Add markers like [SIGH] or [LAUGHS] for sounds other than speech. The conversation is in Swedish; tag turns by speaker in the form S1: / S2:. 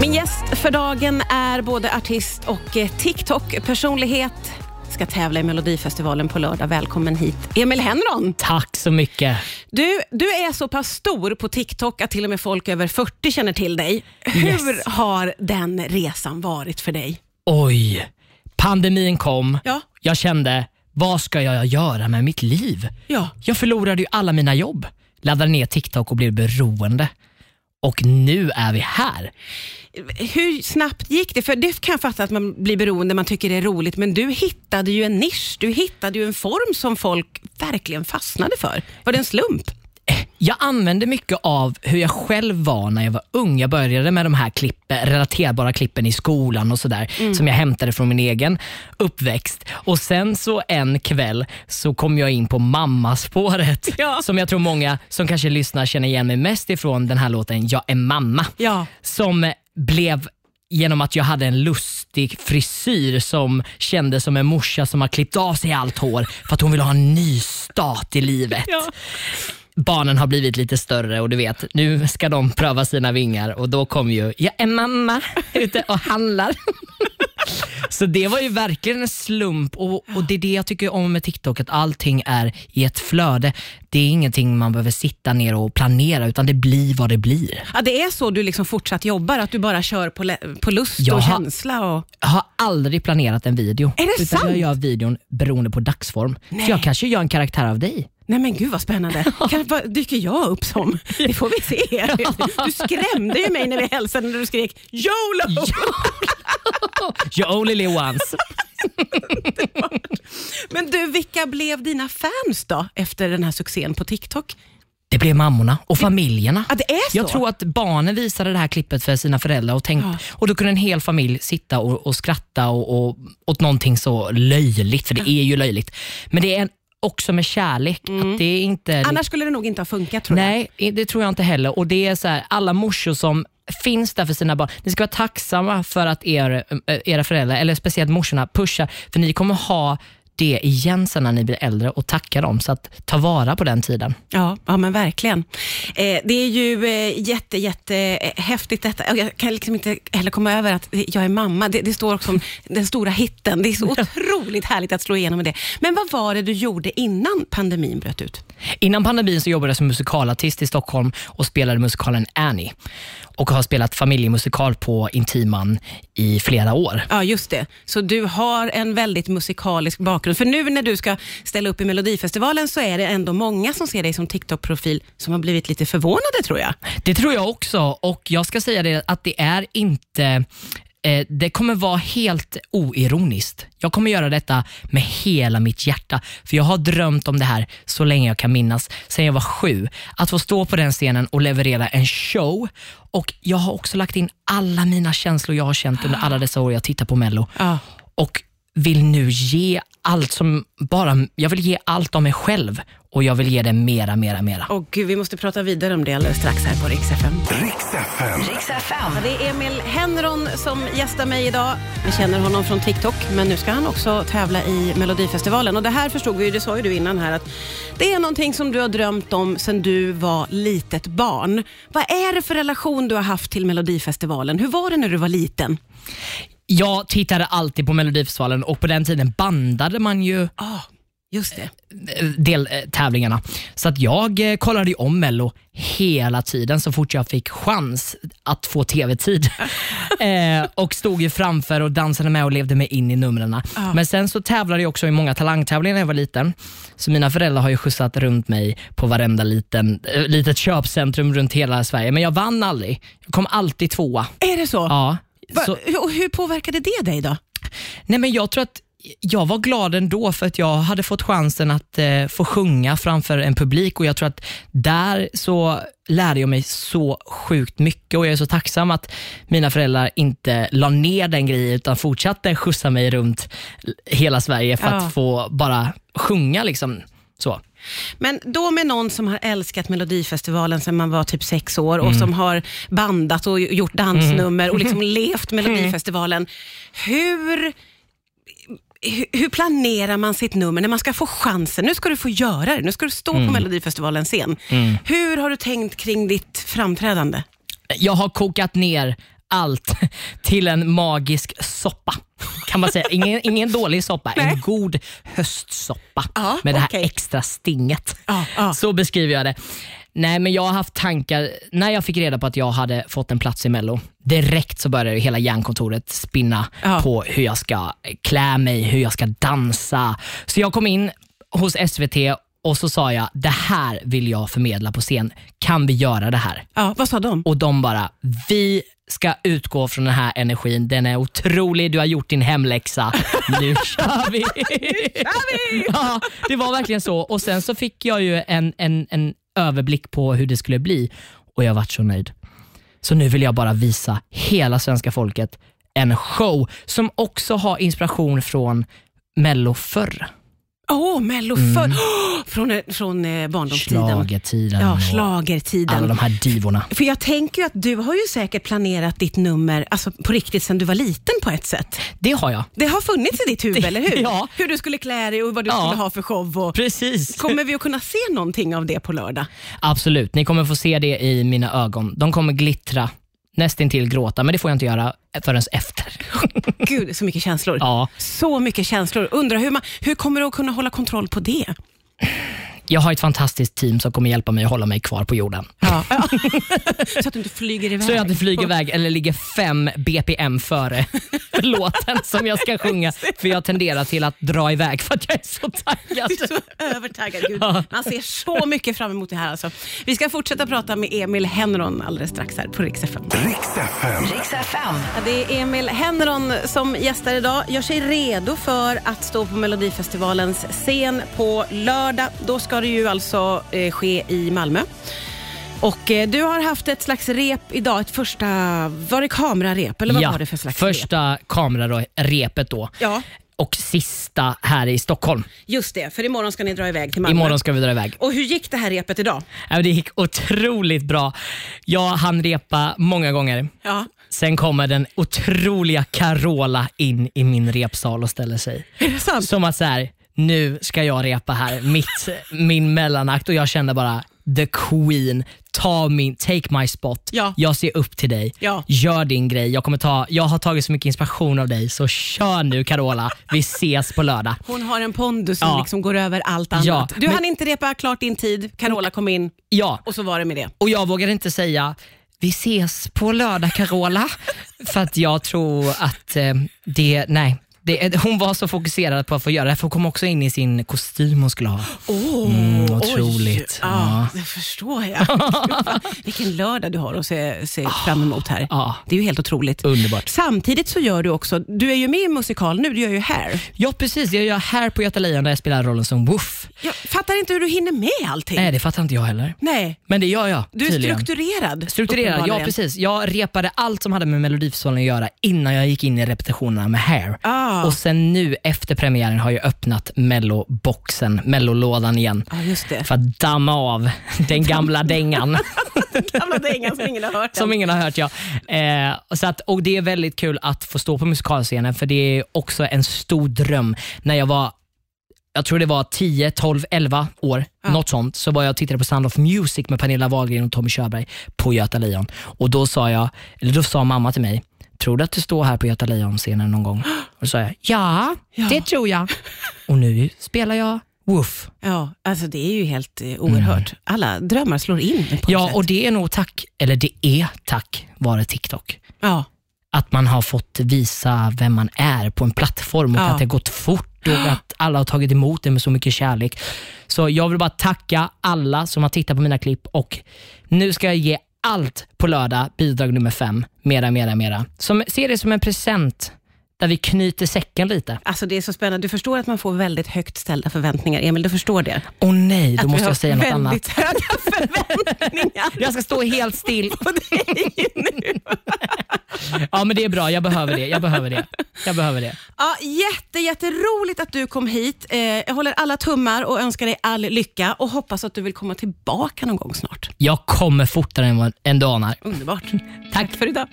S1: Min gäst för dagen är både artist och eh, TikTok-personlighet. Ska tävla i Melodifestivalen på lördag. Välkommen hit, Emil Henron.
S2: Tack så mycket.
S1: Du, du är så pass stor på TikTok att till och med folk över 40 känner till dig. Hur
S2: Yes.
S1: har den resan varit för dig?
S2: Oj, pandemin kom.
S1: Ja.
S2: Jag kände, vad ska jag göra med mitt liv?
S1: Ja.
S2: Jag förlorade ju alla mina jobb, laddade ner TikTok och blev beroende. Och nu är vi här.
S1: Hur snabbt gick det? För det kan jag fatta att man blir beroende, man tycker det är roligt, men du hittade ju en nisch, du hittade ju en form som folk verkligen fastnade för. Var det en slump?
S2: Jag använde mycket av hur jag själv var när jag var ung. Jag började med de här klippen, relaterbara klippen i skolan och sådär
S1: Mm.
S2: som jag hämtade från min egen uppväxt. Och Sen så en kväll så kom jag in på mammaspåret
S1: [LAUGHS] Ja.
S2: som jag tror många som kanske lyssnar känner igen mig mest ifrån den här låten Jag är mamma.
S1: Ja.
S2: Som blev genom att jag hade en lustig frisyr som kändes som en morsa som har klippt av sig allt hår för att hon vill ha en ny start i livet
S1: Ja.
S2: barnen har blivit lite större och du vet, nu ska de pröva sina vingar och då kom ju, jag är mamma ute och handlar. [LAUGHS] Så det var ju verkligen en slump och, och det är det jag tycker om med TikTok, att allting är i ett flöde. Det är ingenting man behöver sitta ner och planera utan det blir vad det blir.
S1: Ja, det är så du liksom fortsatt jobbar, att du bara kör på, le- på lust
S2: Jag
S1: och
S2: har-
S1: känsla? Och...
S2: Jag har aldrig planerat en video.
S1: Är det
S2: utan
S1: sant?
S2: jag gör videon beroende på dagsform.
S1: Nej.
S2: Så jag kanske gör en karaktär av dig.
S1: Nej men gud vad spännande.
S2: [LAUGHS]
S1: Kan, vad dyker jag upp som? Det får vi se. Du skrämde ju mig när vi hälsade när du skrek YOLO!
S2: You only live once.
S1: Men du, vilka blev dina fans då efter den här succén på TikTok?
S2: Det blev mammorna och familjerna.
S1: Ja, det är så?
S2: Jag tror att barnen visade det här klippet för sina föräldrar och, tänkt,
S1: Ja.
S2: och då kunde en hel familj sitta och, och skratta och, och, åt någonting så löjligt, för det är ju löjligt. Men det är en, också med kärlek. Att det är inte
S1: Annars skulle det nog inte ha funkat Mm. tror jag.
S2: Nej, i- det tror jag inte heller. Och det är så här, alla morsor som finns där för sina barn. Ni ska vara tacksamma för att er, eh, era föräldrar, eller speciellt morsorna, pushar. För ni kommer ha det igen sen när ni blir äldre och tacka dem. Så att ta vara på den tiden.
S1: Ja, ja men verkligen. Eh, det är ju eh, jätte, jätte eh, häftigt detta. Och Jag kan liksom inte heller komma över att jag är mamma. Det, det står också om den stora hitten. Det är så otroligt härligt att slå igenom med det. Men vad var det du gjorde innan pandemin bröt ut?
S2: Innan pandemin så jobbade jag som musikalartist i Stockholm och spelade musikalen Annie. Och har spelat familjemusikal på Intiman i flera år.
S1: Ja, just det. Så du har en väldigt musikalisk bakgrund. För nu när du ska ställa upp i Melodifestivalen så är det ändå många som ser dig som TikTok-profil som har blivit lite förvånade tror jag.
S2: Det tror jag också och jag ska säga det att det är inte eh, det kommer vara helt oironiskt. Jag kommer göra detta med hela mitt hjärta. För jag har drömt om det här så länge jag kan minnas, sen jag var sju. Att få stå på den scenen och leverera en show. Och jag har också lagt in alla mina känslor jag har känt under alla dessa år jag tittar på Mello.
S1: Ja.
S2: Och vill nu ge allt som bara, jag vill ge allt av mig själv. Och jag vill ge det mera, mera, mera.
S1: Och gud, vi måste prata vidare om det alldeles strax här på Rix FM.
S3: Riks FM.
S1: Ja, Det är Emil Henron som gästar mig idag. Vi känner honom från TikTok, men nu ska han också tävla i Melodifestivalen. Och det här förstod vi ju, det sa ju du innan här, att det är någonting som du har drömt om sedan du var litet barn. Vad är det för relation du har haft till Melodifestivalen? Hur var det när du var liten?
S2: Jag tittade alltid på Melodifestivalen och på den tiden bandade man ju eh,
S1: Ja, just det.
S2: del, eh, tävlingarna. Så att jag eh, kollade ju om Mello hela tiden så fort jag fick chans att få tv-tid. eh, och stod ju framför och dansade med och levde mig in i numren. Men sen så tävlade jag också i många talangtävlingar när jag var liten. Så mina föräldrar har ju skjutsat runt mig på varenda liten, eh, litet köpcentrum runt hela Sverige. Men jag vann aldrig. Jag kom alltid tvåa.
S1: Är det så?
S2: Ja.
S1: Va,
S2: Så,
S1: Och hur påverkade det dig då?
S2: Nej, men jag tror att jag var glad ändå för att jag hade fått chansen att eh, få sjunga framför en publik och jag tror att där så lärde jag mig så sjukt mycket och jag är så tacksam att mina föräldrar inte la ner den grejen utan fortsatte skjutsa mig runt hela Sverige för
S1: Ja.
S2: att få bara sjunga. Liksom. Så.
S1: Men då med någon som har älskat Melodifestivalen sedan man var typ sex år och som har bandat och gjort dansnummer och liksom levt Melodifestivalen. Hur, hu- hur planerar man sitt nummer när man ska få chansen? Nu ska du få göra det, nu ska du stå på Melodifestivalens scen. Hur har du tänkt kring ditt framträdande?
S2: Jag har kokat ner allt [LAUGHS] till en magisk soppa. Kan man säga. Ingen, ingen dålig soppa, en god höstsoppa
S1: Ja,
S2: med det här
S1: okej.
S2: extra stinget.
S1: Ja, ja.
S2: Så beskriver jag det. Nej, men jag har haft tankar. När jag fick reda på att jag hade fått en plats i Mello, direkt så började ju hela hjärnkontoret spinna
S1: Ja.
S2: på hur jag ska klä mig, hur jag ska dansa. Så jag kom in hos SVT och så sa jag, det här vill jag förmedla på scen. Kan vi göra det här?
S1: Ja, vad sa de?
S2: och de bara, vi ska utgå från den här energin. Den är otrolig, du har gjort din [LAUGHS] hemläxa. Nu kör vi! ja, det var verkligen så. Och Sen så fick jag ju en, en, en överblick på hur det skulle bli och jag vart så nöjd. Så nu vill jag bara visa hela svenska folket en show som också har inspiration från Mello förr.
S1: Åh, Mello förr. Åh, [GASPS] från, eh, från eh, barndomstiden.
S2: Schlagertiden
S1: Ja,
S2: och alla
S1: schlagertiden.
S2: de här divorna.
S1: För jag tänker ju att du har ju säkert planerat ditt nummer alltså på riktigt sedan du var liten på ett sätt.
S2: Det har jag.
S1: Det har funnits i ditt huvud, eller hur?
S2: ja.
S1: Hur du skulle klä dig och vad du
S2: Ja.
S1: skulle ha för show. Och...
S2: Precis.
S1: Kommer vi att kunna se någonting av det på
S2: [LAUGHS]
S1: lördag?
S2: Absolut, ni kommer få se det i mina ögon. De kommer glittra, nästintill gråta, men det får jag inte göra förrän efter.
S1: [LAUGHS] Gud, så mycket känslor.
S2: ja,
S1: Så mycket känslor. Undrar hur, man, hur kommer du att kunna hålla kontroll på det?
S2: jag har ett fantastiskt team som kommer hjälpa mig att hålla mig kvar på jorden.
S1: [LAUGHS] Ja. så att du inte flyger iväg.
S2: Så jag inte flyger iväg eller ligger fem
S1: [LAUGHS]
S2: BPM före [LAUGHS] låten som jag ska sjunga. För jag tenderar till att dra iväg för att jag är så taggad.
S1: Du är så övertaggad. Gud. Man ser så mycket fram emot det här. Alltså. Vi ska fortsätta prata med Emil Henron alldeles strax här på Rix FM.
S3: Riks FM.
S1: Ja, Det är Emil Henron som gästar idag. Gör sig redo för att stå på Melodifestivalens scen på lördag. Då ska det ju alltså eh, ske i Malmö. Och eh, du har haft ett slags rep idag, ett första, var det kamerarep eller vad var det för slags rep?
S2: första kamerarepet då.
S1: Ja,
S2: Och sista här i Stockholm.
S1: just det. För imorgon ska ni dra iväg till Malmö.
S2: Imorgon ska vi dra iväg.
S1: Och hur gick det här repet idag?
S2: Ja, Äh, men Det gick otroligt bra. Jag hann repa många gånger.
S1: Ja.
S2: Sen kommer den otroliga Carola in i min repsal och ställer sig.
S1: Är det sant?
S2: Som att så här, nu ska jag repa här, mitt, min mellanakt och jag kände bara the queen, ta min, take my spot.
S1: Ja.
S2: Jag ser upp till dig,
S1: Ja.
S2: gör din grej. Jag, kommer ta, jag har tagit så mycket inspiration av dig så kör nu Carola, vi ses på lördag.
S1: Hon har en pondus som
S2: Ja.
S1: liksom går över allt annat.
S2: Ja,
S1: du
S2: men-
S1: hann inte repa klart din tid, Carola kom in
S2: Ja,
S1: och så var det med det.
S2: Och jag vågar inte säga vi ses på
S1: [LAUGHS]
S2: lördag Carola, för att jag tror att eh, det, nej. Det, eh, hon var så fokuserad på att få göra det, här, för hon kom också in i sin kostym hon skulle ha.
S1: Åh,
S2: Mm, otroligt.
S1: Oj. Ja, det förstår jag. [LAUGHS] Gud, vad- Vilken lördag du har att se, se fram emot här.
S2: Ja.
S1: Det är ju helt otroligt.
S2: Underbart.
S1: Samtidigt så gör du också, du är ju med i en musikal nu, du gör ju Hair.
S2: Ja precis, jag gör här på Göta Lejon där jag spelar rollen som Woof.
S1: Jag fattar inte hur du hinner med allting.
S2: Nej det fattar inte jag heller.
S1: Nej.
S2: Men det gör jag
S1: Du är
S2: tydligen.
S1: strukturerad.
S2: Strukturerad, ja
S1: uppenbarligen.
S2: precis. Jag repade allt som hade med Melodifestivalen att göra innan jag gick in i repetitionerna med Hair.
S1: Ah.
S2: Och sen nu efter premiären har jag öppnat melloboxen, mellolådan igen.
S1: Ja, just
S2: [LAUGHS]
S1: det.
S2: för att damma av den gamla dängan
S1: Gamla dängan som ingen har hört
S2: som
S1: än.
S2: ingen har hört. Ja. Eh, så att, och det är väldigt kul att få stå på musikalscenen för det är också en stor dröm. När jag var jag tror det var 10, 12, 11 år, något sånt, så var jag och tittade på Sound of Music med Pernilla Wahlgren och Tommy Körberg på Göta Lejon. Och då sa, jag, eller då sa mamma till mig, tror du att du står här på Göta Lejon-scenen någon gång? Och då sa jag, ja,
S1: Ja.
S2: det tror jag. Och nu spelar jag Woof.
S1: Ja, alltså det är ju helt eh, oerhört. Alla drömmar slår in på något
S2: Mm. Ja,
S1: sätt.
S2: och det är nog tack, eller det är tack vare TikTok.
S1: ja.
S2: Att man har fått visa vem man är på en plattform och
S1: Ja.
S2: att det har gått fort och att alla har tagit emot det med så mycket kärlek. Så jag vill bara tacka alla som har tittat på mina klipp och nu ska jag ge allt på lördag, bidrag nummer fem, mera, mera, mera. Som, se det som en present där vi knyter säcken lite.
S1: Alltså det är så spännande. Du förstår att man får väldigt högt ställda förväntningar, Emil. Du förstår det.
S2: Åh nej, då
S1: Vi
S2: måste
S1: har
S2: jag säga något annat.
S1: väldigt höga förväntningar
S2: Jag ska stå helt still.
S1: på dig nu.
S2: Ja men det är bra, jag behöver det. Jag behöver det. Jag behöver det.
S1: Ja, jätte, jätteroligt att du kom hit. Eh, jag håller alla tummar och önskar dig all lycka och hoppas att du vill komma tillbaka någon gång snart.
S2: Jag kommer fortare än, vad- än du anar.
S1: Underbart.
S2: Tack för idag.